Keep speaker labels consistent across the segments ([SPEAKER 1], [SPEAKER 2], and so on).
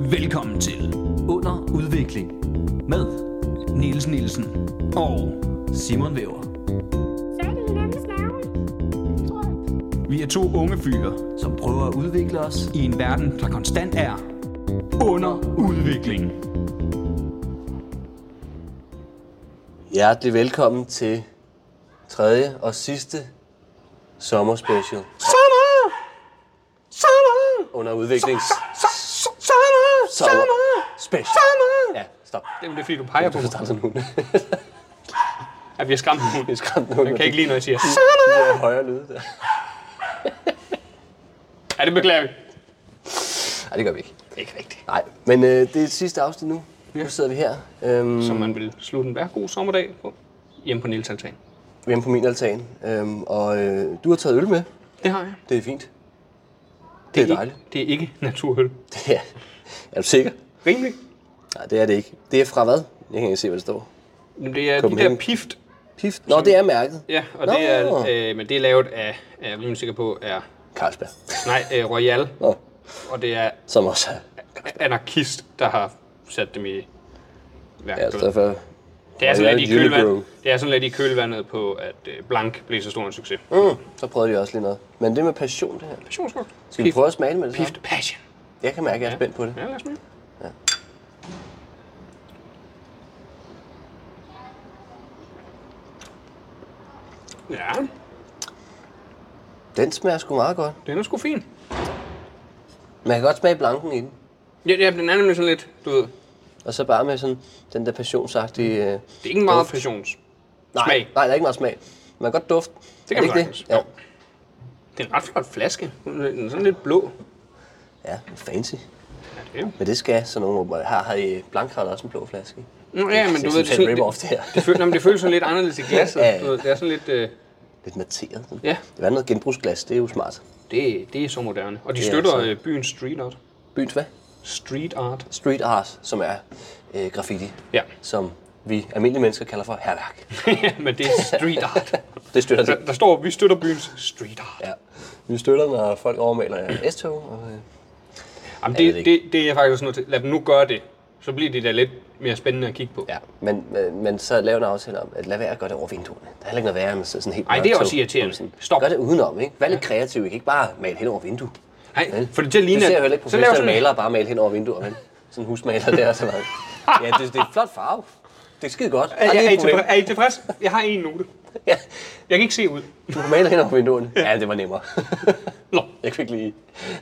[SPEAKER 1] Velkommen til
[SPEAKER 2] Under udvikling med
[SPEAKER 1] Niels Nielsen og
[SPEAKER 2] Simon Væver,
[SPEAKER 3] Sagde de hinandens navne? Jeg tror det.
[SPEAKER 1] vi er to unge fyre
[SPEAKER 2] som prøver at udvikle os.
[SPEAKER 1] i en verden, der konstant er under udvikling.
[SPEAKER 4] Hjertelig velkommen til tredje og sidste sommerspecial. Sommer! Sommer! Under udviklings... Sommer! Sommer! Special. Sommer! Ja, stop.
[SPEAKER 5] Det er jo det, fordi du peger på
[SPEAKER 4] Du
[SPEAKER 5] mig.
[SPEAKER 4] har startet nu.
[SPEAKER 5] At vi har skræmt
[SPEAKER 4] Vi
[SPEAKER 5] hunden.
[SPEAKER 4] skræmte nogen.
[SPEAKER 5] Jeg kan ikke lide, når jeg siger.
[SPEAKER 4] lide det. højere lyde der.
[SPEAKER 5] Ja, det beklager vi.
[SPEAKER 4] Nej, det gør vi ikke.
[SPEAKER 5] Ikke rigtigt.
[SPEAKER 4] Nej, men øh, det er sidste afsnit nu. Nu sidder vi her. Øhm,
[SPEAKER 5] Som man vil slutte en hver god sommerdag på. Hjemme på Niels Altan.
[SPEAKER 4] hjemme på min altan. Øhm, og øh, du har taget øl med.
[SPEAKER 5] Det har jeg.
[SPEAKER 4] Det er fint. Det er dejligt.
[SPEAKER 5] Ikke, det er ikke naturhøl.
[SPEAKER 4] Ja. Er du sikker?
[SPEAKER 5] Rimelig.
[SPEAKER 4] Nej, det er det ikke. Det er fra hvad? Jeg kan ikke se, hvad det står.
[SPEAKER 5] Men det er de
[SPEAKER 4] Copenhagen.
[SPEAKER 5] der pift.
[SPEAKER 4] Pift. Nå, det er mærket.
[SPEAKER 5] Ja, og
[SPEAKER 4] Nå.
[SPEAKER 5] det er, øh, men det er lavet af, er jeg rimelig sikker på, er,
[SPEAKER 4] Carlsberg.
[SPEAKER 5] nej, øh, Royal.
[SPEAKER 4] Nå,
[SPEAKER 5] Og det er
[SPEAKER 4] som også er
[SPEAKER 5] anarkist, der har sat dem i værk.
[SPEAKER 4] ja, stedet for
[SPEAKER 5] det er sådan lidt i
[SPEAKER 4] Royal Unibrew.
[SPEAKER 5] kølvandet. Det er sådan lidt i kølvandet på, at øh, Blank blev så stor en succes.
[SPEAKER 4] Mm, så prøvede de også lige noget. Men det med passion, det her.
[SPEAKER 5] Passionsfrugt.
[SPEAKER 4] Skal vi prøve at smage det med det samme?
[SPEAKER 5] Pift passion.
[SPEAKER 4] Jeg kan mærke, at jeg er spændt på det.
[SPEAKER 5] Ja, lad os smage. Ja. Ja,
[SPEAKER 4] Den smager sgu meget godt.
[SPEAKER 5] den er sgu fin.
[SPEAKER 4] Man kan godt smage blanken i den.
[SPEAKER 5] Ja, ja, den er nemlig sådan lidt, du ved,
[SPEAKER 4] Og så bare med sådan den der passionsagtige... Øh,
[SPEAKER 5] det er ikke en meget
[SPEAKER 4] Duft.
[SPEAKER 5] passions.
[SPEAKER 4] nej,
[SPEAKER 5] Smag.
[SPEAKER 4] nej, der er ikke meget smag. Man kan godt dufte.
[SPEAKER 5] Det
[SPEAKER 4] er
[SPEAKER 5] kan man
[SPEAKER 4] ikke
[SPEAKER 5] sagtens.
[SPEAKER 4] det? Ja.
[SPEAKER 5] Jo. Det er en ret flot flaske. Den er- den er sådan lidt blå.
[SPEAKER 4] ja, fancy.
[SPEAKER 5] det er jo-
[SPEAKER 4] Men det skal sådan nogle åbenbart. Her har I blankret også en blå flaske.
[SPEAKER 5] Nå, ja, men du ved,
[SPEAKER 4] det er sådan
[SPEAKER 5] sådan,
[SPEAKER 4] lidt
[SPEAKER 5] det,
[SPEAKER 4] off det her.
[SPEAKER 5] det, føles, jamen, det føles sådan lidt anderledes i glasset.
[SPEAKER 4] Ja, ja.
[SPEAKER 5] Du ved, det er sådan lidt, øh,
[SPEAKER 4] Lidt materet. sådan.
[SPEAKER 5] Ja.
[SPEAKER 4] Det var noget genbrugsglas, det er jo smart.
[SPEAKER 5] det, det er så moderne. Og de
[SPEAKER 4] Ja,
[SPEAKER 5] støtter
[SPEAKER 4] så-
[SPEAKER 5] øh, byens street art.
[SPEAKER 4] Byens hvad?
[SPEAKER 5] Street art.
[SPEAKER 4] Street art, som er øh, graffiti.
[SPEAKER 5] Ja.
[SPEAKER 4] Som vi almindelige mennesker kalder for herværk.
[SPEAKER 5] ja, men det er street art.
[SPEAKER 4] Det støtter det.
[SPEAKER 5] Der, der står, vi støtter byens street art.
[SPEAKER 4] Altså- Ja. Vi støtter, når folk overmaler S-tog. Og, øh,
[SPEAKER 5] Jamen,
[SPEAKER 4] Jeg
[SPEAKER 5] det,
[SPEAKER 4] ved det
[SPEAKER 5] det, det er jeg faktisk også nødt til. Lad dem nu gøre det. Så bliver det da lidt mere spændende at kigge på.
[SPEAKER 4] ja. men, men, men så laver en aftale om, at lad være at gøre det over vinduerne. Der er heller ikke noget værre, end at sidde sådan helt
[SPEAKER 5] Ej,
[SPEAKER 4] mørkt
[SPEAKER 5] det er
[SPEAKER 4] tog.
[SPEAKER 5] også irriterende.
[SPEAKER 4] Sådan,
[SPEAKER 5] Stop.
[SPEAKER 4] Gør det udenom, ikke? Vær lidt kreativ. I kan ikke bare male hen over vinduet.
[SPEAKER 5] Nej,
[SPEAKER 4] Vel?
[SPEAKER 5] for det til at ligne...
[SPEAKER 4] Du ser jo
[SPEAKER 5] at-
[SPEAKER 4] heller ikke
[SPEAKER 5] så laver
[SPEAKER 4] professionelle
[SPEAKER 5] sådan, en-
[SPEAKER 4] malere bare male hen over vinduer, vel? Sådan en husmaler der og sådan noget. Ja, det, det er en flot farve. Det er skide godt.
[SPEAKER 5] Er,
[SPEAKER 4] Aldrig
[SPEAKER 5] er,
[SPEAKER 4] et
[SPEAKER 5] er, I
[SPEAKER 4] problem.
[SPEAKER 5] tilfreds? er I tilfreds? Jeg har en note.
[SPEAKER 4] Ja,
[SPEAKER 5] Jeg kan ikke se ud.
[SPEAKER 4] du kan male hen over vinduerne. Ja, det var nemmere.
[SPEAKER 5] Nå,
[SPEAKER 4] Jeg kunne ikke lige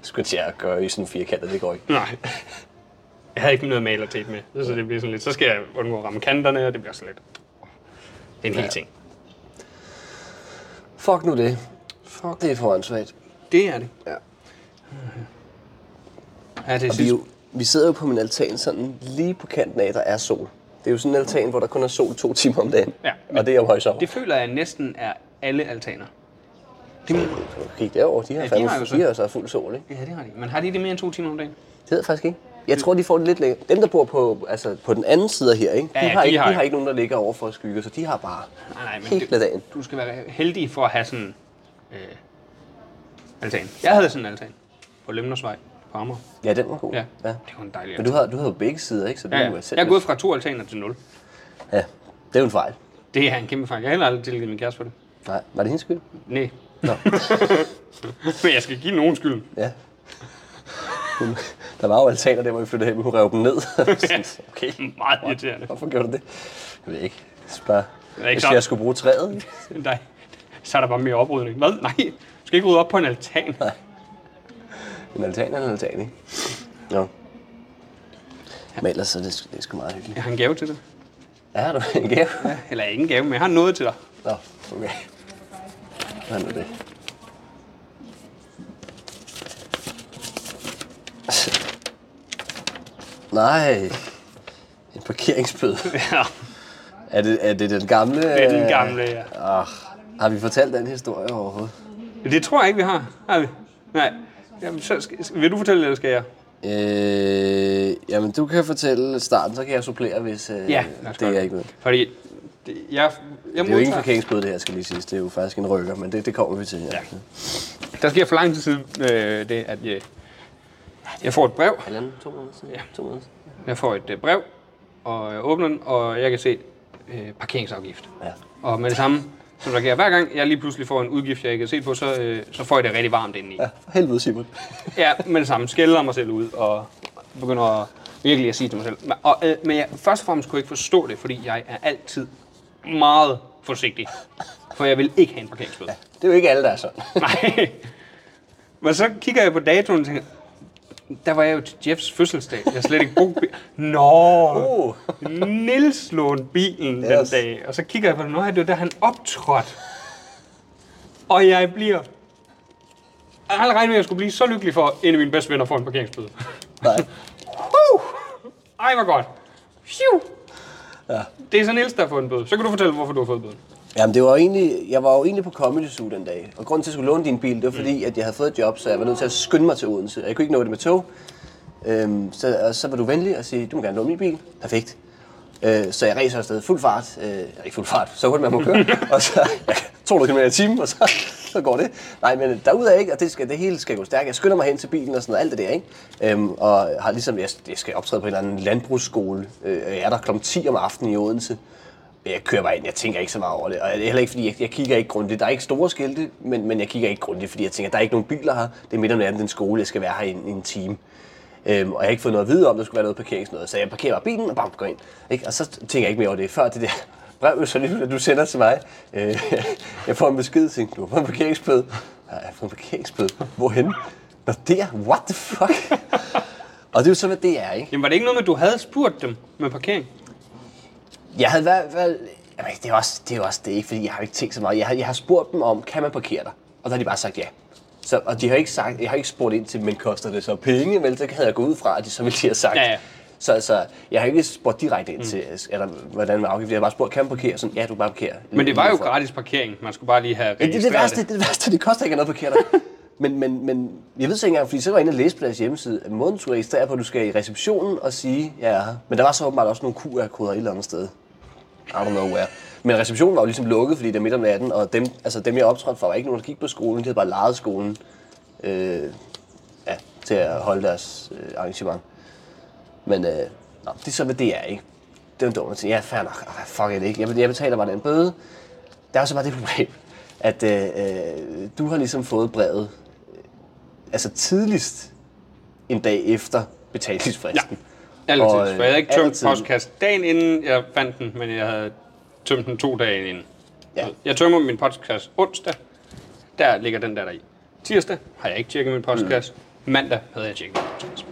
[SPEAKER 4] skulle til at gøre i sådan en firkant, og det går ikke.
[SPEAKER 5] nej. Jeg havde ikke noget malertape med, så det bliver sådan lidt... Så skal jeg undgå at ramme kanterne, og det bliver så lidt... Det er en hel
[SPEAKER 4] Ja.
[SPEAKER 5] ting.
[SPEAKER 4] Fuck nu det. Fuck. Det er for åndssvagt.
[SPEAKER 5] Det er det.
[SPEAKER 4] Ja.
[SPEAKER 5] Ja,
[SPEAKER 4] Og
[SPEAKER 5] det er
[SPEAKER 4] vi, er
[SPEAKER 5] sidst.
[SPEAKER 4] jo, vi sidder jo på min altan sådan lige på kanten af, at der er sol. Det er jo sådan en altan, hvor der kun er sol to timer om dagen.
[SPEAKER 5] Ja, men
[SPEAKER 4] og det er jo højsommer.
[SPEAKER 5] Det føler jeg næsten er alle altaner.
[SPEAKER 4] Kig derover, de har
[SPEAKER 5] de
[SPEAKER 4] ja, fandme
[SPEAKER 5] har jo så-
[SPEAKER 4] de har så fuld sol, ikke?
[SPEAKER 5] Ja, det har de. Men har de det mere end to timer om dagen?
[SPEAKER 4] Det ved jeg faktisk ikke. Jeg tror, de får det lidt længere. Dem, der bor på, altså, på den anden side her, ikke? De,
[SPEAKER 5] Ja, ja,
[SPEAKER 4] har,
[SPEAKER 5] de
[SPEAKER 4] ikke,
[SPEAKER 5] har
[SPEAKER 4] de
[SPEAKER 5] jo-
[SPEAKER 4] har ikke nogen, der ligger over for skygge, så de har bare
[SPEAKER 5] Nej, nej, men
[SPEAKER 4] helt
[SPEAKER 5] det-
[SPEAKER 4] af dagen.
[SPEAKER 5] du skal være heldig for at have sådan øh, altan. Jeg havde sådan en altan på Lemnersvej på Amager.
[SPEAKER 4] Ja, den var god.
[SPEAKER 5] Ja, det var en dejlig
[SPEAKER 4] Men du
[SPEAKER 5] altan.
[SPEAKER 4] har, du har jo begge sider, ikke? Så du
[SPEAKER 5] Ja, ja.
[SPEAKER 4] er selv
[SPEAKER 5] Jeg er gået fra to altaner til nul.
[SPEAKER 4] Ja, det er jo en fejl.
[SPEAKER 5] Det er en kæmpe fejl. Jeg har heller aldrig tilgivet min kæreste for det.
[SPEAKER 4] Nej, var det hendes skyld?
[SPEAKER 5] Nej.
[SPEAKER 4] Nå.
[SPEAKER 5] Men jeg skal give nogen skyld.
[SPEAKER 4] Ja. Hun, der var jo altaner der, hvor vi flyttede hen, men hun rev dem ned. Sådan, okay,
[SPEAKER 5] Meget irriterende.
[SPEAKER 4] hvorfor gjorde du det? Jeg ved ikke. Det er bare,
[SPEAKER 5] er ikke
[SPEAKER 4] hvis
[SPEAKER 5] sådan.
[SPEAKER 4] jeg skulle bruge træet. ikke?
[SPEAKER 5] Nej. Så er der bare mere oprydning. Hvad? Nej. Du skal ikke rydde op på en altan.
[SPEAKER 4] En altan er en altan, ikke? Nå. Men ellers så er det, sgu- det er sgu meget hyggeligt.
[SPEAKER 5] Jeg har en gave til dig.
[SPEAKER 4] Er du en gave?
[SPEAKER 5] Eller ingen gave, men jeg har noget til dig.
[SPEAKER 4] Nå, okay. Hvad er nu det? Nej. En parkeringsbøde.
[SPEAKER 5] Ja,
[SPEAKER 4] Er det, er det den gamle?
[SPEAKER 5] det er den gamle, ja.
[SPEAKER 4] Ah, har vi fortalt den historie overhovedet?
[SPEAKER 5] Det tror jeg ikke, vi har. Har vi? Nej. Jamen, så skal, vil du fortælle, eller skal jeg?
[SPEAKER 4] Øh, jamen, du kan fortælle starten, så kan jeg supplere, hvis øh,
[SPEAKER 5] Ja, lad os
[SPEAKER 4] det
[SPEAKER 5] gøre
[SPEAKER 4] er
[SPEAKER 5] det.
[SPEAKER 4] jeg ikke ved.
[SPEAKER 5] Fordi det, jeg, jeg
[SPEAKER 4] Det er jo ikke en
[SPEAKER 5] modtager,
[SPEAKER 4] parkeringsbøde, det her, skal lige siges. Det er jo faktisk en rykker, men det, det kommer vi til. Ja.
[SPEAKER 5] der sker for lang tid siden, øh, det, at jeg, Jeg får et brev.
[SPEAKER 4] Halvanden, to måneder siden? Ja. To måneder siden.
[SPEAKER 5] Jeg får et øh, brev, og øh, åbner den, og jeg kan se øh, parkeringsafgift.
[SPEAKER 4] Ja.
[SPEAKER 5] Og med det samme, som der sker hver gang, jeg lige pludselig får en udgift, jeg ikke har set på, så, øh, så får jeg det rigtig varmt indeni.
[SPEAKER 4] Ja, for helvede, Simon.
[SPEAKER 5] Ja, med det samme skælder mig selv ud og begynder at, virkelig at sige til mig selv. Men- Og, øh, men jeg, først og fremmest kunne jeg ikke forstå det, fordi jeg er altid meget forsigtig. For jeg vil ikke have en parkeringsbøde.
[SPEAKER 4] Det er jo ikke alle, der er sådan.
[SPEAKER 5] Nej. Men så kigger jeg på datoen og tænker, der var jeg jo til Jeffs fødselsdag. Jeg har slet ikke brugt bilen. Nå,
[SPEAKER 4] Uh.
[SPEAKER 5] Nils lånte bilen
[SPEAKER 4] Yes.
[SPEAKER 5] yes. den dag. Og så kigger jeg på den, nej, det var der, han optrådte. Og jeg bliver... Jeg havde aldrig regnet med, at jeg skulle blive så lykkelig for, at en af mine bedste venner får en parkeringsbøde.
[SPEAKER 4] Nej.
[SPEAKER 5] Uh! Ej, hvor godt. Phew. Ja. Det er så Niels, der har fået en bøde. Så kan du fortælle, hvorfor du har fået bøden.
[SPEAKER 4] Jamen, det var egentlig, jeg var jo egentlig på Comedy Zoo den dag. Og grunden til, at jeg skulle låne din bil, det var fordi,
[SPEAKER 5] Mm.
[SPEAKER 4] at jeg havde fået et job, så jeg var nødt til at skynde mig til Odense. Jeg kunne ikke nå det med tog. Øhm, så, og så var du venlig og sige, du må gerne låne min bil. Perfekt. Øh, så jeg racer afsted fuld fart. Øh, eller ikke fuld fart, så hurtigt man må køre. og så 200 km i timen, og så, så går det. Nej, men derudad ikke, og det, skal, det hele skal gå stærkt. Jeg skynder mig hen til bilen og sådan noget, alt det der, ikke? Øhm, og har ligesom, jeg, jeg skal optræde på en eller anden landbrugsskole. Øh, og jeg er der kl. 10 om aftenen i Odense. Jeg kører bare ind, jeg tænker ikke så meget over det. Og det er heller ikke, fordi jeg, jeg kigger ikke grundigt. Der er ikke store skilte, men, men jeg kigger ikke grundigt, fordi jeg tænker, der er ikke nogen biler her. Det er midt om natten, den skole, jeg skal være her i en, i en time. Øhm, og jeg har ikke fået noget at vide om, der skulle være noget parkering sådan noget. Så jeg parkerer bare bilen og bam, går ind. Ikke? Og så tænker jeg ikke mere over det, før det der brev, så lige, du sender til mig. Øh, jeg får en besked, tænker, du har fået en parkeringsbøde. Ja, jeg har fået en parkeringsbøde. Hvorhen? Nå, der? What the fuck? og det er jo så, hvad det er, ikke?
[SPEAKER 5] Jamen, var det ikke noget med, at du havde spurgt dem med parkering?
[SPEAKER 4] Jeg havde i hvert fald... Jamen, det er jo også det, er jo også det ikke, fordi jeg har jo ikke tænkt så meget. Jeg har, jeg har spurgt dem om, kan man parkere dig? Og der har de bare sagt ja. Så, og de har ikke sagt, jeg har ikke spurgt ind til, men koster det så penge? Vel, så havde jeg gået ud fra, at de så ville de have sagt.
[SPEAKER 5] Ja, ja.
[SPEAKER 4] Så altså, jeg har ikke spurgt direkte ind til, er der, hvordan var afgift. Jeg har bare spurgt, kan man parkere? Sådan, ja, du kan bare parkere.
[SPEAKER 5] Men det var jo
[SPEAKER 4] Udenfor.
[SPEAKER 5] gratis parkering. Man skulle bare lige have
[SPEAKER 4] Mm, altså. Ja, det er det
[SPEAKER 5] registreret
[SPEAKER 4] værste, det, er det værste, det koster ikke at have noget at parkere dig. Men, men, men jeg ved så ikke engang, fordi så var jeg inde og læse på deres hjemmeside, at måden du skal registrere på, at du skal i receptionen og sige, ja, jeg er her. Men der var så åbenbart også nogle QR-koder et eller andet sted. I don't know where. Men receptionen var jo ligesom lukket, fordi det er midt om natten, og dem, altså dem jeg optrådte for, var ikke nogen, der gik på skolen, de havde bare lejet skolen øh, ja, til at holde deres øh, arrangement. Men øh, nå, det er så, hvad det er, ikke? Det er en dumme ting. Ja, fair nok. Ah, fuck it, ikke? Jeg, jeg betaler bare den bøde. Der er så bare det problem, at øh, øh, du har ligesom fået brevet øh, altså tidligst en dag efter betalingsfristen.
[SPEAKER 5] Ja, altid.
[SPEAKER 4] Og,
[SPEAKER 5] For jeg havde ikke
[SPEAKER 4] øh,
[SPEAKER 5] tømt
[SPEAKER 4] altid.
[SPEAKER 5] postkassen dagen inden jeg fandt den, men jeg havde tømt den to dage inden.
[SPEAKER 4] Ja.
[SPEAKER 5] Jeg tømmer min postkasse onsdag. Der ligger den der der i. Tirsdag har jeg ikke tjekket min postkasse.
[SPEAKER 4] Mm.
[SPEAKER 5] Mandag havde jeg tjekket min postkasse.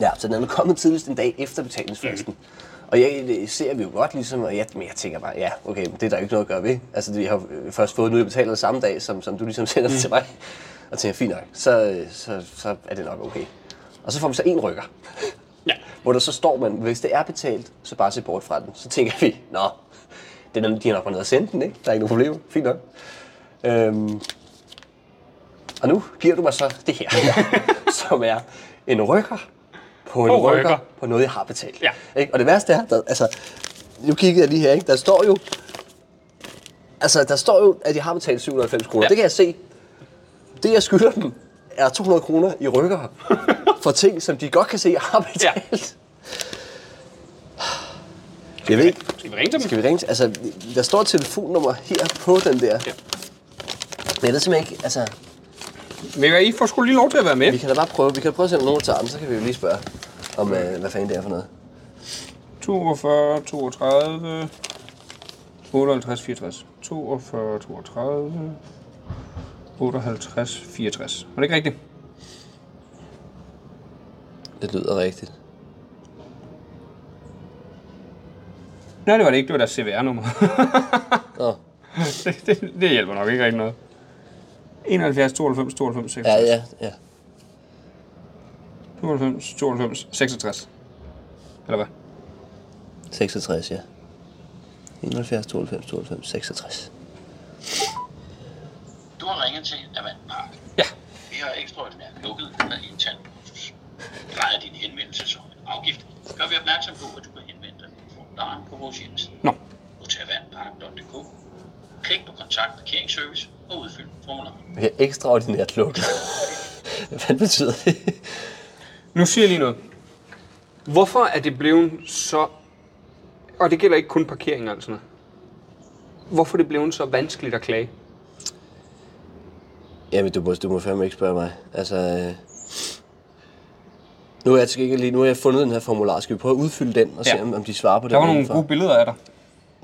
[SPEAKER 4] Ja, så den er kommet tidligst en dag efter betalingsfristen. Mm. Og jeg det ser vi jo godt ligesom, og jeg, men jeg tænker bare, ja, okay, men det er der jo ikke noget at gøre ved. Altså, vi har øh, først fået nu, jeg betaler det samme dag, som, som du ligesom sender det til mig. Og tænker, fint nok, så, øh, så, så er det nok okay. Og så får vi så en rykker,
[SPEAKER 5] Ja.
[SPEAKER 4] hvor der så står man, hvis det er betalt, så bare se bort fra den. Så tænker vi, nå, det er, nok- de har nok været nede og sendt den, ikke? Der er ikke nogen problem, fint nok. Øhm, og nu giver du mig så det her, som er en rykker på en
[SPEAKER 5] På
[SPEAKER 4] rykker.
[SPEAKER 5] rykker.
[SPEAKER 4] rykker på noget, jeg har betalt.
[SPEAKER 5] Ja.
[SPEAKER 4] Ikke? Og det værste er, der, altså, nu kiggede jeg lige her, ikke? der står jo, altså, der står jo, at jeg har betalt 790 kroner.
[SPEAKER 5] Ja.
[SPEAKER 4] Ja. Det kan jeg se. Det, jeg skylder dem, er 200 kroner i rykker for ting, som de godt kan se, jeg har betalt. Ja. Jeg ved ikke,
[SPEAKER 5] Skal vi ringe til dem?
[SPEAKER 4] skal vi ringe til, altså, der står et telefonnummer her på den der.
[SPEAKER 5] Ja.
[SPEAKER 4] Ja. Men jeg ved simpelthen ikke, altså,
[SPEAKER 5] Men I får sgu lige lov til at være med.
[SPEAKER 4] vi kan da bare prøve, vi kan prøve at se, om nogen tager den, så kan vi jo lige spørge, om øh, hvad fanden det er for noget.
[SPEAKER 5] 42, 32, 58, 64. 42, 32, 58, 64. Var det ikke rigtigt?
[SPEAKER 4] Det lyder rigtigt.
[SPEAKER 5] Nej, det var det ikke. Det var deres CVR-nummer.
[SPEAKER 4] Nå.
[SPEAKER 5] det, det, det hjælper nok ikke rigtig noget. 71, 92, 92, 66.
[SPEAKER 4] Ja, ja, ja.
[SPEAKER 5] 92, 92, 66. Eller hvad?
[SPEAKER 4] 66, ja. 71, 92, 92, 66.
[SPEAKER 6] Du har ringet til Avant Park.
[SPEAKER 5] Ja.
[SPEAKER 6] Vi har ekstraordinært lukket med intern kursus. Drejer din henvendelse som en afgift, gør vi opmærksom på, at du kan henvende dig på formularen på vores hjemmeside.
[SPEAKER 5] Nå.
[SPEAKER 6] Gå til avantpark.dk, klik på kontakt parkeringsservice og udfyld formularen.
[SPEAKER 4] Vi er ekstraordinært lukket. Hvad betyder det?
[SPEAKER 5] Nu siger jeg lige noget. Hvorfor er det blevet så... Og det gælder ikke kun parkering og sådan noget. Hvorfor er det blevet så vanskeligt at klage?
[SPEAKER 4] Jamen, du må, du må fandme ikke spørge mig. Altså, øh... Nu er jeg til gengæld lige, nu har jeg fundet den her formular. Skal vi prøve at udfylde den og ja.
[SPEAKER 5] Ja.
[SPEAKER 4] se, om, om de svarer på det?
[SPEAKER 5] Der var nogle
[SPEAKER 4] derindefra?
[SPEAKER 5] gode billeder af dig.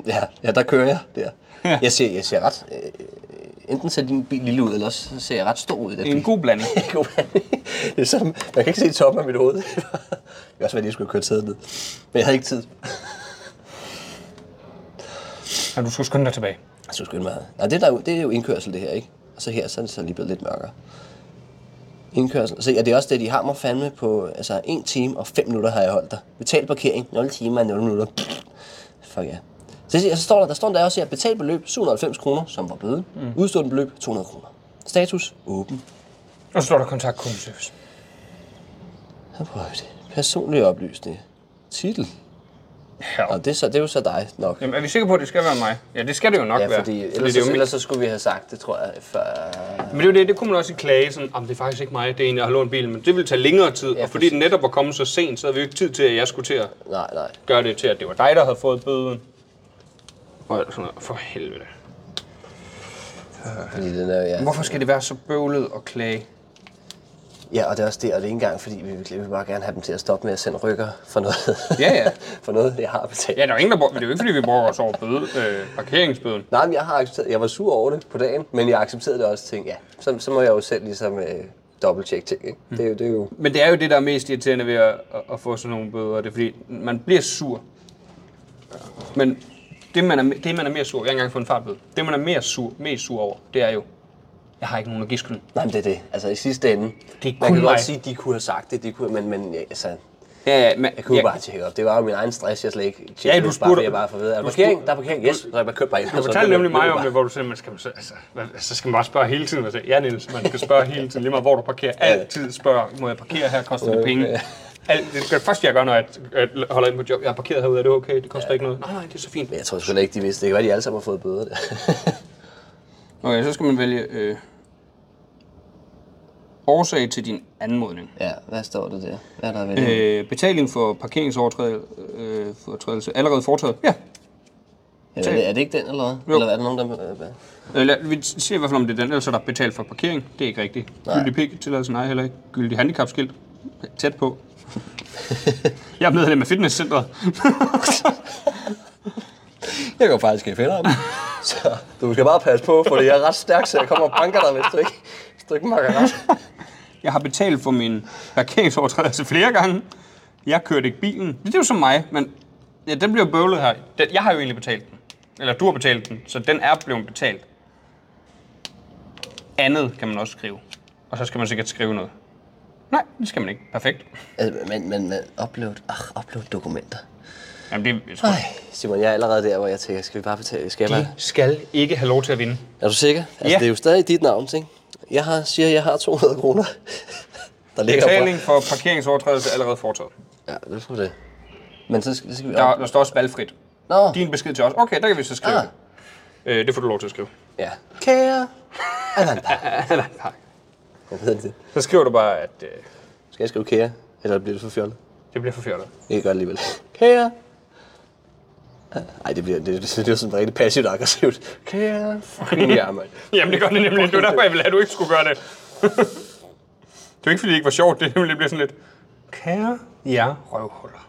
[SPEAKER 4] Ja, ja, der kører jeg der.
[SPEAKER 5] Ja.
[SPEAKER 4] Jeg ser, jeg ser ret... Øh, enten ser din bil lille ud, eller også så ser jeg ret stor ud i den
[SPEAKER 5] Det er en
[SPEAKER 4] bil.
[SPEAKER 5] god blanding.
[SPEAKER 4] God. det er som, man kan ikke se toppen af mit hoved. det kan også være, at jeg skulle have kørt sædet ned. Men jeg havde ikke tid.
[SPEAKER 5] Ja, du skal skynde dig tilbage.
[SPEAKER 4] Jeg skulle skynde mig. Nej, det, er der jo, det er jo indkørsel, det her, ikke? Og så her, så er det så lige blevet lidt mørkere. Indkørsel. Se, og det er også det, de har mig fandme på, altså 1 time og 5 minutter har jeg holdt dig. Betalt parkering, 0 timer og 0 minutter. Fuck ja. Så, så, så står der, der står der også her, betalt beløb 790 kroner, som var bøde. Mm. Udstående beløb 200 kroner. Status åben.
[SPEAKER 5] Og så står der kontakt kundeservice.
[SPEAKER 4] Her prøver vi det. Personlige oplysninger. Titel.
[SPEAKER 5] Ja.
[SPEAKER 4] Og det er, så, det er jo så dig nok.
[SPEAKER 5] Jamen, er vi sikre på, at det skal være mig? Ja, det skal det jo nok
[SPEAKER 4] Ja,
[SPEAKER 5] være.
[SPEAKER 4] fordi ellers,
[SPEAKER 5] det er jo
[SPEAKER 4] så,
[SPEAKER 5] mit-
[SPEAKER 4] ellers så skulle vi have sagt det, tror jeg, før...
[SPEAKER 5] Men det, er jo det, det kunne man også klage, sådan, om det er faktisk ikke mig, det er en, jeg har lånt bilen, men det ville tage længere tid,
[SPEAKER 4] Ja,
[SPEAKER 5] ja, og fordi den netop var kommet så sent, så havde vi jo ikke tid til, at jeg skulle til at
[SPEAKER 4] Nej, nej.
[SPEAKER 5] gøre det til, at det var dig, der havde fået bøden. Og alt sådan noget. For helvede.
[SPEAKER 4] Fordi den er, ja.
[SPEAKER 5] Hvorfor skal det være så bøvlet at klage?
[SPEAKER 4] ja, og det er også det, og det er ikke engang, fordi vi vil, vi vil bare gerne have dem til at stoppe med at sende rykker for noget.
[SPEAKER 5] Ja, ja.
[SPEAKER 4] for noget, jeg har betalt.
[SPEAKER 5] Ja, der er jo ingen, der bor, det er jo ikke, fordi vi bruger os over bøde, øh, parkeringsbøden.
[SPEAKER 4] Nej, men jeg har accepteret, jeg var sur over det på dagen, men jeg accepterede det også, tænkte, ja, så, så må jeg jo selv ligesom øh, dobbelttjekke ting, ikke?
[SPEAKER 5] Mm.
[SPEAKER 4] Det, er jo, det er jo...
[SPEAKER 5] Men det er jo det, der er mest irriterende ved at, at- at få sådan nogle bøder, det er fordi, man bliver sur. Men det, man er, me- det, man er mere sur, jeg har ikke engang fået en fartbøde, det, man er mere sur, mest sur over, det er jo, jeg har ikke nogen at give skylden.
[SPEAKER 4] Nej, men det er det. Altså i sidste ende,
[SPEAKER 5] Det er
[SPEAKER 4] man
[SPEAKER 5] kun
[SPEAKER 4] kan
[SPEAKER 5] mig.
[SPEAKER 4] godt sige, at de kunne have sagt det, de kunne, men, men ja, altså,
[SPEAKER 5] Ja, ja, men,
[SPEAKER 4] Jeg kunne bare tjekke op. Det var jo min egen stress, jeg slet ikke tjekkede.
[SPEAKER 5] Ja, du
[SPEAKER 4] Det var
[SPEAKER 5] spurgte-
[SPEAKER 4] Bare, fordi jeg bare for ved, er der
[SPEAKER 5] du
[SPEAKER 4] parkering?
[SPEAKER 5] spurgte-
[SPEAKER 4] Der er parkering, yes. Så jeg bare købt bare ind.
[SPEAKER 5] Du fortalte nemlig mig om det, hvor du sagde, man skal, man så- altså, hvad, så skal man bare spørge hele tiden. Og sagde, ja, Niels, man skal spørge hele tiden, lige meget hvor du parkerer. Altid spørge, må jeg parkere her, koster det penge? Alt, det er det første, jeg gør, når jeg jeg holder ind på job. Jeg har parkeret herude, er det okay? Det koster ikke noget. Nej, nej, det er så fint.
[SPEAKER 4] Men jeg tror sgu da ikke, de vidste. Det kan være, de alle sammen har fået bøder. Der.
[SPEAKER 5] Okay, så skal man vælge øh, årsag til din anmodning.
[SPEAKER 4] ja, hvad står der der? Hvad er der ved det?
[SPEAKER 5] Øh, betaling for parkeringsovertrædelse øh, allerede foretaget. Ja.
[SPEAKER 4] Jamen, er, det, er det ikke den, eller hvad? Eller er der nogen, der... Øh, hvad?
[SPEAKER 5] Øh, lad- vi ser i hvert fald, om det er den, ellers er der betalt for parkering. Det er ikke rigtigt.
[SPEAKER 4] Nej.
[SPEAKER 5] Gyldig pik tilladelse, nej heller ikke. Gyldig handicapskilt, tæt på. jeg er blevet det med fitnesscenteret.
[SPEAKER 4] Jeg går faktisk i fælder om. Så du skal bare passe på, for jeg er ret stærk, så jeg kommer og banker dig, hvis du ikke, hvis du ikke makker ret.
[SPEAKER 5] Jeg har betalt for min parkeringsovertrædelse flere gange. Jeg kørte ikke bilen. Det er jo som mig, men ja, den bliver bøvlet her. Den, jeg har jo egentlig betalt den. Eller du har betalt den, så den er blevet betalt. Andet kan man også skrive. Og så skal man sikkert skrive noget. Nej, det skal man ikke. Perfekt.
[SPEAKER 4] Altså, men, men, men upload, ach, upload dokumenter.
[SPEAKER 5] Jamen, det, jeg tror,
[SPEAKER 4] Nej, Simon, jeg er allerede der, hvor jeg tænker, skal vi bare betale? Skal jeg bare...
[SPEAKER 5] De skal ikke have lov til at vinde.
[SPEAKER 4] Er du sikker? Altså,
[SPEAKER 5] Ja.
[SPEAKER 4] det er jo stadig dit navn, ikke? Jeg har, siger, jeg har 200 kroner. Der ligger
[SPEAKER 5] Betaling for parkeringsovertrædelse allerede foretaget.
[SPEAKER 4] Ja, det tror jeg det. Men så skal, så skal vi...
[SPEAKER 5] Der, der står også valgfrit.
[SPEAKER 4] Nå,
[SPEAKER 5] Din besked til os. Okay, der kan vi så skrive
[SPEAKER 4] Ah.
[SPEAKER 5] det. Øh, det får du lov til at skrive.
[SPEAKER 4] ja. Kære Ananda. Hvad hedder det?
[SPEAKER 5] Så skriver du bare, at øh,
[SPEAKER 4] Skal jeg skrive kære? Eller bliver det for fjollet?
[SPEAKER 5] det bliver for fjollet.
[SPEAKER 4] Jeg kan gøre det alligevel. Kære. Nej, det bliver det, det, det, det er sådan rigtig passivt og aggressivt. Kære. Fucking ja, mand.
[SPEAKER 5] Jamen, det gør det nemlig. Det var derfor, jeg ville have, at du ikke skulle gøre det. det er ikke, fordi det ikke var sjovt. Det er nemlig det bliver sådan lidt... Kære ja, røvhuller.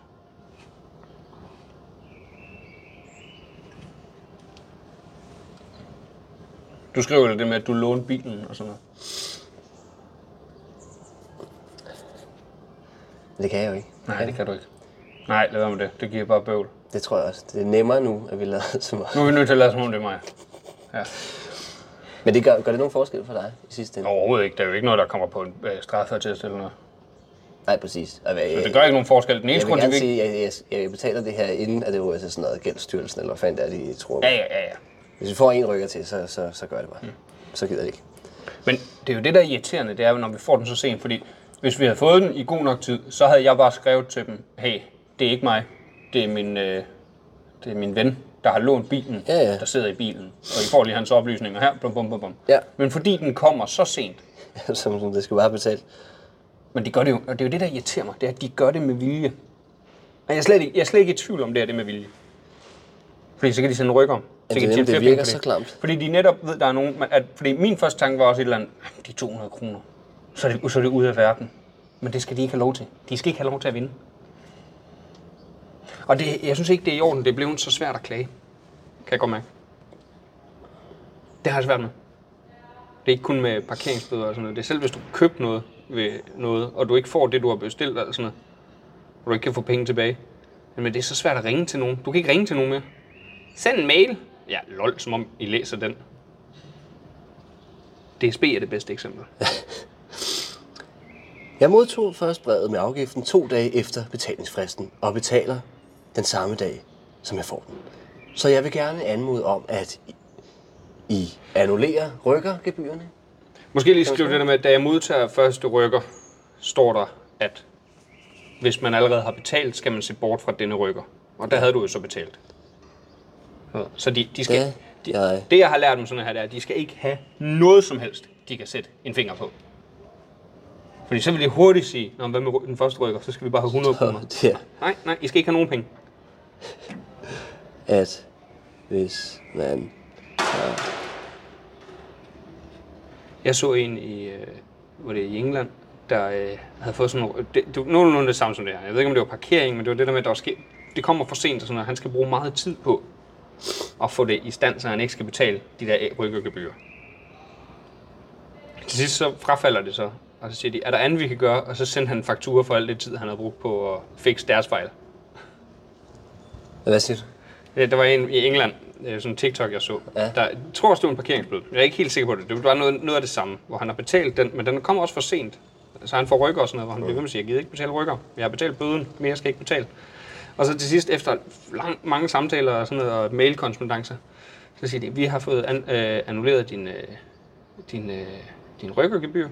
[SPEAKER 5] Du skriver jo det med, at du lånte bilen og sådan noget.
[SPEAKER 4] Det kan jeg jo ikke.
[SPEAKER 5] Nej, det kan du ikke. Nej, lad være med det. Det giver bare bøvl.
[SPEAKER 4] Det tror jeg også. Det er nemmere nu, at vi lader så meget.
[SPEAKER 5] Nu er vi nødt til at lade som om det er mig. Ja.
[SPEAKER 4] Men det gør, gør det nogen forskel for dig i sidste ende?
[SPEAKER 5] Overhovedet ikke. Der er jo ikke noget, der kommer på en øh, straffertest eller noget.
[SPEAKER 4] Nej, præcis. Og, jeg,
[SPEAKER 5] Det gør ikke nogen forskel. Den eneste
[SPEAKER 4] jeg vil
[SPEAKER 5] grund til,
[SPEAKER 4] gerne
[SPEAKER 5] at vi ikke...
[SPEAKER 4] sige, at jeg, jeg, jeg, betaler det her, inden at det ryger til sådan noget gældsstyrelsen, eller hvad fanden det er, de tror.
[SPEAKER 5] Ja, ja, ja, ja.
[SPEAKER 4] Hvis vi får en rykker til, så, så, så gør jeg det bare. Så gider det ikke.
[SPEAKER 5] Men det er jo det, der er irriterende, det er jo, når vi får den så sent, fordi hvis vi havde fået den i god nok tid, så havde jeg bare skrevet til dem, hey, det er ikke mig, det er min, øh, det er min ven, der har lånt bilen,
[SPEAKER 4] Ja, ja.
[SPEAKER 5] der sidder i bilen, og I får lige hans oplysninger her, bum, bum, bum, bum.
[SPEAKER 4] Ja.
[SPEAKER 5] Men fordi den kommer så sent,
[SPEAKER 4] som, som det skal bare betale.
[SPEAKER 5] Men det gør det jo, og det er jo det, der irriterer mig, det er, at de gør det med vilje. Og jeg er slet ikke, jeg er slet ikke i tvivl om, det er det med vilje. Fordi så kan de sende ryg om. Så
[SPEAKER 4] det
[SPEAKER 5] kan de
[SPEAKER 4] er
[SPEAKER 5] tjene
[SPEAKER 4] nemlig, det
[SPEAKER 5] flere
[SPEAKER 4] virker
[SPEAKER 5] penge på
[SPEAKER 4] så klamt.
[SPEAKER 5] Fordi de netop ved, der er nogen... man- At, fordi min første tanke var også et eller andet, "Jamen, de 200 kroner, så er, det, så er det ude af verden. Men det skal de ikke have lov til. De skal ikke have lov til at vinde. Og det, jeg synes ikke, det er i orden. Det blev så svært at klage. Kan jeg godt mærke. Det har jeg svært med. Det er ikke kun med parkeringsbøder og sådan noget. Det er selv, hvis du køber noget ved noget, og du ikke får det, du har bestilt og sådan noget, og du ikke kan få penge tilbage. Men det er så svært at ringe til nogen. Du kan ikke ringe til nogen mere. Send en mail. Ja, lol, som om I læser den. DSB er det bedste eksempel.
[SPEAKER 4] Jeg modtog først brevet med afgiften to dage efter betalingsfristen og betaler den samme dag, som jeg får den. Så jeg vil gerne anmode om, at I- I annullerer rykker gebyrerne.
[SPEAKER 5] Måske lige skrive det der med, at da jeg modtager første rykker, står der, at hvis man allerede har betalt, skal man se bort fra denne rykker. Og der havde du jo så betalt. Så- Så de, de skal,
[SPEAKER 4] Ja, jeg-
[SPEAKER 5] det, jeg har lært dem sådan her, det er, at de skal ikke have noget som helst, de kan sætte en finger på. Fordi så vil de hurtigt sige, Nå, men hvad med ry- den første rykker, så skal vi bare have 100 kroner.
[SPEAKER 4] Og der,
[SPEAKER 5] Nej, nej, I skal ikke have nogen penge.
[SPEAKER 4] at hvis man...
[SPEAKER 5] Jeg så en i, øh, var det i England, der øh, havde fået sådan en... Det, det, nogenlunde det samme som det her. Jeg ved ikke, om det var parkering, men det var det der med, at der var sket, det kommer for sent, og sådan noget. han skal bruge meget tid på at få det i stand, så han ikke skal betale de der rykkergebyrer. Til sidst så frafalder det så, og så siger de, er der andet, vi kan gøre? Og så sendte han fakturer for al det tid, han havde brugt på at fikse deres fejl.
[SPEAKER 4] Hvad siger du?
[SPEAKER 5] Ja, der var en i England, øh, sådan en TikTok, jeg så. Ja.
[SPEAKER 4] Ja.
[SPEAKER 5] Der jeg tror, der stod en parkeringsbøde. Jeg er ikke helt sikker på det. Det var noget, noget af det samme, hvor han har betalt den, men den kommer også for sent. Så han får rykker og sådan noget, hvor han bliver ved med at sige, jeg gider ikke betale rykker. Jeg har betalt bøden, men jeg skal ikke betale. Og så til sidst, efter lang, mange samtaler og sådan noget, og mailkorrespondancer, så siger de, vi har fået an, øh, annulleret din, øh, din, øh, din rykkergebyr,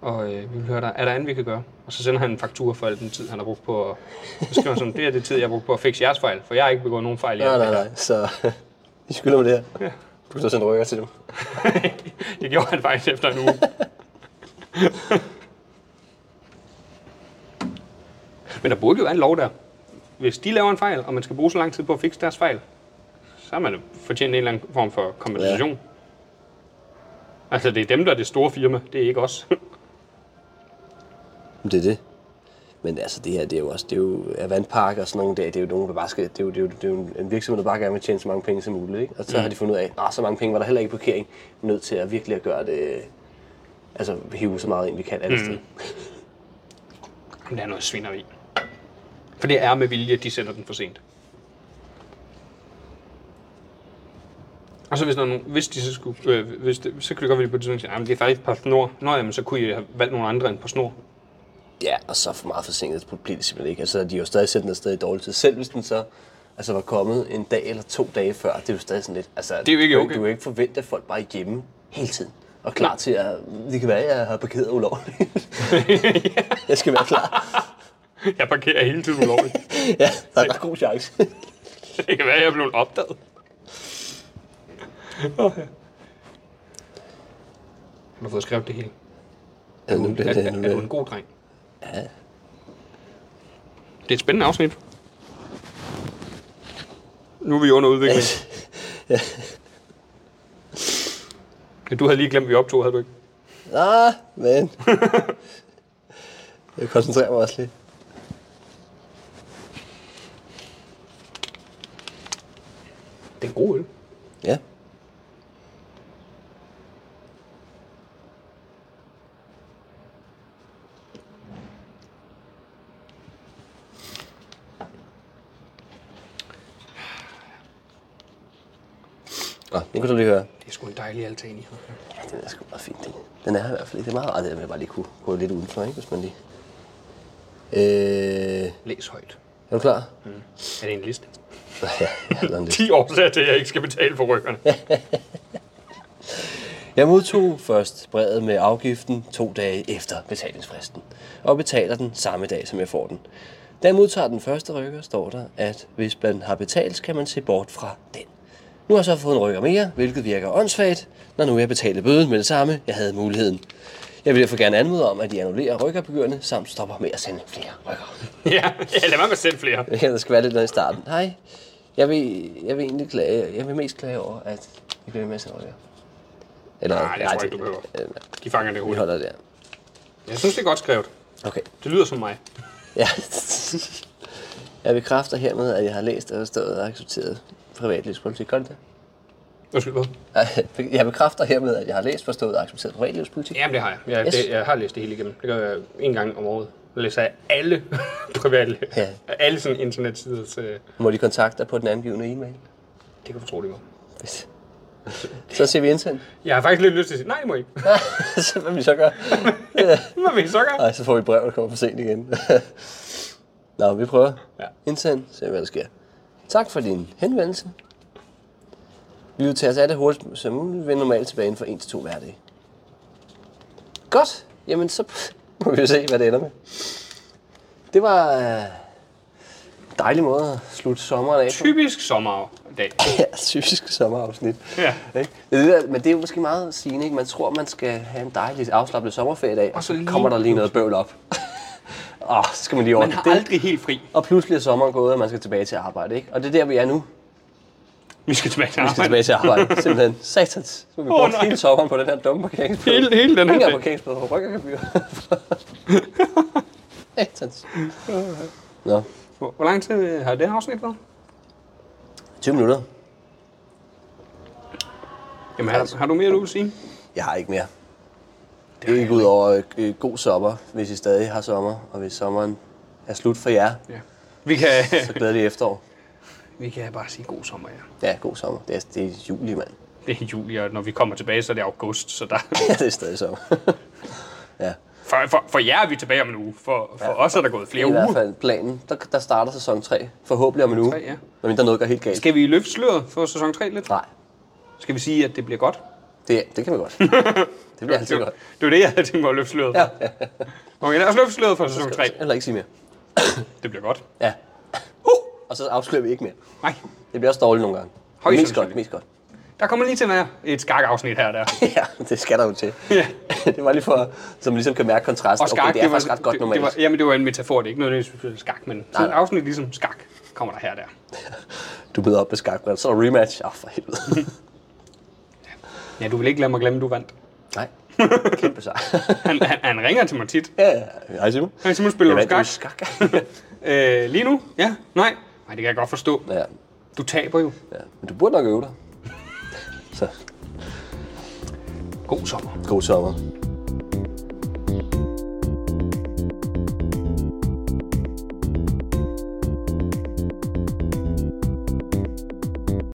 [SPEAKER 5] og øh, vi vil høre dig, er der andet, vi kan gøre? Og så sender han en faktur for al den tid, han har brugt på at... Så skriver han sådan, det er det tid, jeg har brugt på at fikse jeres fejl, for jeg har ikke begået nogen fejl i
[SPEAKER 4] Nej,
[SPEAKER 5] jeres
[SPEAKER 4] nej,
[SPEAKER 5] fejl."
[SPEAKER 4] nej. Så I skylder mig det her. Du skal sende rykker til dem.
[SPEAKER 5] det gjorde han faktisk efter en uge. Men der burde jo være en lov der. Hvis de laver en fejl, og man skal bruge så lang tid på at fikse deres fejl, så har man jo fortjent en eller anden form for kompensation. Ja. Altså, det er dem, der er det store firma. Det er ikke os.
[SPEAKER 4] Men Det er det. Men altså, det her, det er jo også, det er jo er vandpark og sådan nogle der, det er jo nogen, der bare skal, det er jo, det er jo, det er jo en- en virksomhed, der bare gerne vil tjene så mange penge som muligt, ikke? Og så mm. har de fundet ud af, at så mange penge var der heller ikke i parkering, Vi er nødt til at virkelig at gøre det, altså hive så meget ind, vi kan alle mm. steder.
[SPEAKER 5] Jamen, det er noget svineri. For det er med vilje, at de sender den for sent. Og så hvis, der er nogen, hvis de så skulle, øh, hvis det, så kunne det godt være, at de på et tidspunkt siger, at det er faktisk på snor. Nå, jamen, så kunne I have valgt nogle andre end på snor.
[SPEAKER 4] Ja, og så for meget forsinket bliver det simpelthen ikke. Altså, de har jo stadig sendt den afsted i dårlig tid. Selv hvis den så altså, var kommet en dag eller to dage før, det er jo stadig sådan lidt... Altså,
[SPEAKER 5] er jo ikke
[SPEAKER 4] du,
[SPEAKER 5] okay.
[SPEAKER 4] Du kan ikke forvente, at folk bare er hjemme hele tiden. Og klar til at... Det kan være, at jeg har parkeret ulovligt. jeg skal være klar.
[SPEAKER 5] Jeg parkerer hele tiden ulovligt.
[SPEAKER 4] Ja, der er en ret god chance.
[SPEAKER 5] det kan være, at jeg er blevet opdaget. Okay. Har du fået skrevet det hele?
[SPEAKER 4] ja, nu
[SPEAKER 5] Er,
[SPEAKER 4] bliver det, nu
[SPEAKER 5] er, er du
[SPEAKER 4] bliver
[SPEAKER 5] en
[SPEAKER 4] det.
[SPEAKER 5] god dreng? Ja. Det er et spændende afsnit. Nu er vi under udvikling. ja. Du havde lige glemt, at vi optog, havde du ikke?
[SPEAKER 4] Ah, men... Jeg koncentrerer mig også lidt.
[SPEAKER 5] Det er en god øl.
[SPEAKER 4] Ja. Nå, nu kan du lige høre.
[SPEAKER 5] Det er sgu en dejlig altan, I har.
[SPEAKER 4] Ja, den er sgu meget fint. Den, den er her i hvert fald ikke. Det er meget rart, at man bare lige kunne gå lidt udenfor, ikke, hvis man lige... Øh,
[SPEAKER 5] Læs højt.
[SPEAKER 4] er du klar?
[SPEAKER 5] Er det en liste?
[SPEAKER 4] Ja, jeg har lavet en liste.
[SPEAKER 5] 10 årsager til, at jeg ikke skal betale for rykkerne.
[SPEAKER 4] Jeg modtog først brevet med afgiften to dage efter betalingsfristen, og betaler den samme dag, som jeg får den. Da jeg modtager den første rykker, står der, at hvis man har betalt, skal man se bort fra den. Nu har jeg så fået en rykker mere, hvilket virker åndssvagt, når nu jeg betalte bøden med det samme, jeg havde muligheden. Jeg vil derfor gerne anmode om, at I annullerer rykkerbegynderne, samt stopper med at sende flere rykker.
[SPEAKER 5] Ja, ja lad mig med at sende flere.
[SPEAKER 4] Jeg kan da skvatte lidt noget i starten. Hej, jeg vil, jeg vil egentlig klage, jeg vil mest klage over, at vi bliver ved med at sende rykker. Eller,
[SPEAKER 5] Nej, det tror jeg ikke, du behøver.
[SPEAKER 4] øh, nej,
[SPEAKER 5] De fanger det
[SPEAKER 4] Vi
[SPEAKER 5] hurtigt.
[SPEAKER 4] holder der.
[SPEAKER 5] Jeg synes, det er godt skrevet.
[SPEAKER 4] Okay.
[SPEAKER 5] Det lyder som mig.
[SPEAKER 4] Ja. Jeg bekræfter hermed, at jeg har læst og forstået og accepteret privatlivspolitik. Gør det det?
[SPEAKER 5] Undskyld, hvad?
[SPEAKER 4] Ej, Jeg bekræfter hermed, at jeg har læst, forstået og accepteret privatlivspolitik.
[SPEAKER 5] Jamen, det har jeg. Jeg,
[SPEAKER 4] Yes.
[SPEAKER 5] yes. det, jeg har læst det hele igennem. Det gør jeg en gang om året. Der læser jeg alle private,
[SPEAKER 4] Ja.
[SPEAKER 5] ja. alle sådan internetsiders... Øh,
[SPEAKER 4] Må de kontakte dig på den angivende e-mail?
[SPEAKER 5] det kan du tro, det går.
[SPEAKER 4] Hvis- Så ser vi indsendt.
[SPEAKER 5] Jeg har faktisk lidt lyst til at sige, nej, det må I ikke.
[SPEAKER 4] så hvad vil vi så gøre?
[SPEAKER 5] Hvad vil I så gøre?
[SPEAKER 4] Nej, så får vi et brev, der kommer for sent igen. Nå, vi prøver.
[SPEAKER 5] Ja.
[SPEAKER 4] Indsend, se hvad der sker. Tak for din henvendelse. Vi vil tage os af det hurtigt som muligt. Vi vender normalt tilbage inden for 1 til 2 hverdage. Godt. Jamen, så må vi jo se, hvad det ender med. Det var øh, en dejlig måde at slutte sommeren af på.
[SPEAKER 5] Typisk sommerdag.
[SPEAKER 4] Ja, typisk sommerafsnit.
[SPEAKER 5] Ja.
[SPEAKER 4] Ikke? Det er det der, men det er jo måske meget sigende, ikke? Man tror, man skal have en dejlig afslappet sommerferie i dag, og
[SPEAKER 5] så
[SPEAKER 4] så
[SPEAKER 5] lige
[SPEAKER 4] kommer der lige noget bøvl op. Åh, oh, så skal man lige
[SPEAKER 5] Man
[SPEAKER 4] ordne
[SPEAKER 5] har
[SPEAKER 4] det.
[SPEAKER 5] aldrig helt fri.
[SPEAKER 4] Og pludselig er sommeren gået, og man skal tilbage til arbejde, ikke? Og det er der, vi er nu.
[SPEAKER 5] Vi skal tilbage til
[SPEAKER 4] Vi skal
[SPEAKER 5] arbejde.
[SPEAKER 4] tilbage til arbejde, simpelthen. Satans. Nu har vi
[SPEAKER 5] Åh,
[SPEAKER 4] brugt
[SPEAKER 5] nej.
[SPEAKER 4] hele sommeren på den her dumme parkeringsplads.
[SPEAKER 5] Hele, hele den her
[SPEAKER 4] Ingen
[SPEAKER 5] dag.
[SPEAKER 4] parkeringsplads på rykkergebyr. Satans. Nå,
[SPEAKER 5] Hvor hvor lang tid øh, har det her afsnit været?
[SPEAKER 4] 20 minutter.
[SPEAKER 5] Jamen, har, har du mere, du vil sige?
[SPEAKER 4] Jeg har ikke mere. Det er ikke ud over øh, øh, god sommer, hvis I stadig har sommer, og hvis sommeren er slut for jer,
[SPEAKER 5] Ja. Vi kan,
[SPEAKER 4] så glædelig efterår.
[SPEAKER 5] vi kan bare sige god sommer, ja.
[SPEAKER 4] Ja, god sommer. Det er, det er juli, mand.
[SPEAKER 5] Det er juli, og når vi kommer tilbage, så er det august. Så der,
[SPEAKER 4] Ja, det er stadig sommer. ja.
[SPEAKER 5] for, for, for jer er vi tilbage om en uge. For, for os er der gået flere
[SPEAKER 4] I hvert
[SPEAKER 5] uger.
[SPEAKER 4] fald planen. Der, der starter sæson 3. Forhåbentlig om en uge.
[SPEAKER 5] Tre, ja.
[SPEAKER 4] Men der noget går helt galt.
[SPEAKER 5] Skal vi løfte sløret for sæson 3 lidt?
[SPEAKER 4] Nej,
[SPEAKER 5] Skal vi sige, at det bliver godt?
[SPEAKER 4] det, det kan vi godt. det bliver altid
[SPEAKER 5] det, var,
[SPEAKER 4] godt.
[SPEAKER 5] det var det, jeg havde tænkt mig at løfte sløret
[SPEAKER 4] Ja.
[SPEAKER 5] Okay, lad os løfte sløret for sæson 3.
[SPEAKER 4] Eller ikke sige mere.
[SPEAKER 5] Det bliver godt.
[SPEAKER 4] Ja. Uh! Og så afslører vi ikke mere.
[SPEAKER 5] Nej,
[SPEAKER 4] Det bliver også dårligt nogle gange.
[SPEAKER 5] Højst
[SPEAKER 4] mest godt,
[SPEAKER 5] sandsynligt.
[SPEAKER 4] mest godt.
[SPEAKER 5] der kommer lige til at være et skak-afsnit her og der.
[SPEAKER 4] ja, det skal der jo til.
[SPEAKER 5] Ja.
[SPEAKER 4] det var lige for, så man ligesom kan mærke kontrasten.
[SPEAKER 5] Og skak,
[SPEAKER 4] okay, det er faktisk ret godt
[SPEAKER 5] det,
[SPEAKER 4] normalt.
[SPEAKER 5] det var, jamen, det var en metafor, det er ikke noget, det er skak, men sådan et
[SPEAKER 4] nej.
[SPEAKER 5] afsnit ligesom skak kommer der her og der.
[SPEAKER 4] Du møder op med skakbræt, så er der rematch. Åh, oh, for helvede.
[SPEAKER 5] Ja, du vil ikke lade mig glemme, du vandt.
[SPEAKER 4] Nej, kæmpe sejr.
[SPEAKER 5] Han, han, han ringer til mig tit.
[SPEAKER 4] ja, ja. Hej Simon.
[SPEAKER 5] Hej Simon, spiller
[SPEAKER 4] Jeg
[SPEAKER 5] du
[SPEAKER 4] vandt
[SPEAKER 5] skak?
[SPEAKER 4] jo skak.
[SPEAKER 5] Øh, lige nu? Ja? Nej? Nej, det kan jeg godt forstå.
[SPEAKER 4] ja,
[SPEAKER 5] Du taber jo.
[SPEAKER 4] ja, men du burde nok øve dig. Så,
[SPEAKER 5] God sommer.
[SPEAKER 4] god sommer.